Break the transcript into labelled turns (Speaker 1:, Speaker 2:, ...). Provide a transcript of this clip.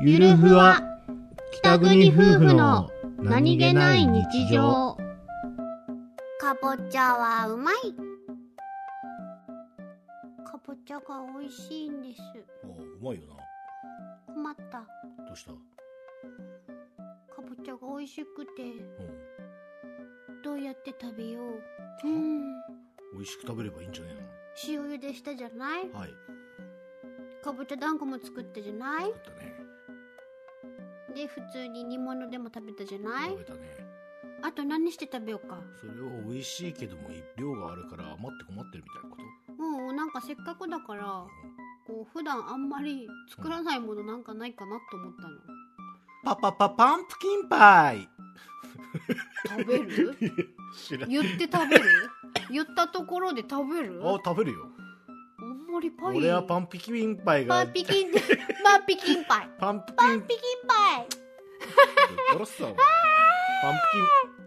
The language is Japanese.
Speaker 1: ゆるふわ北国夫婦の
Speaker 2: かぼちゃはうまいかぼちゃが美味しいんです
Speaker 1: あうまいよな
Speaker 2: 困った
Speaker 1: どうした、う
Speaker 2: かぼちゃが美味しくて
Speaker 1: ん、
Speaker 2: どうやって食べよううん
Speaker 1: 美味しく食べればいいんじゃね
Speaker 2: 塩茹でしたじゃない
Speaker 1: えのはい
Speaker 2: かぼちゃ団子も作ったじゃな
Speaker 1: 食
Speaker 2: い
Speaker 1: べたね
Speaker 2: で普通に煮物でも食べたじゃない
Speaker 1: 食べたね
Speaker 2: あと何して食べようか
Speaker 1: それを美味しいけども量があるから余って困ってるみたいなこと
Speaker 2: もうなんかせっかくだからこう普段あんまり作らないものなんかないかなと思ったの
Speaker 1: パパパパンプキンパイ
Speaker 2: 食べる
Speaker 1: 知らん
Speaker 2: 言って食べる言ったところで食べるあ
Speaker 1: あ食べるよ
Speaker 2: んまりパイ
Speaker 1: 俺はパンプキンパイが
Speaker 2: パンピキン パンピキンパイ
Speaker 1: パンプキ
Speaker 2: パ
Speaker 1: ン
Speaker 2: ンピキンパイ
Speaker 1: 殺すぞお前パンプキン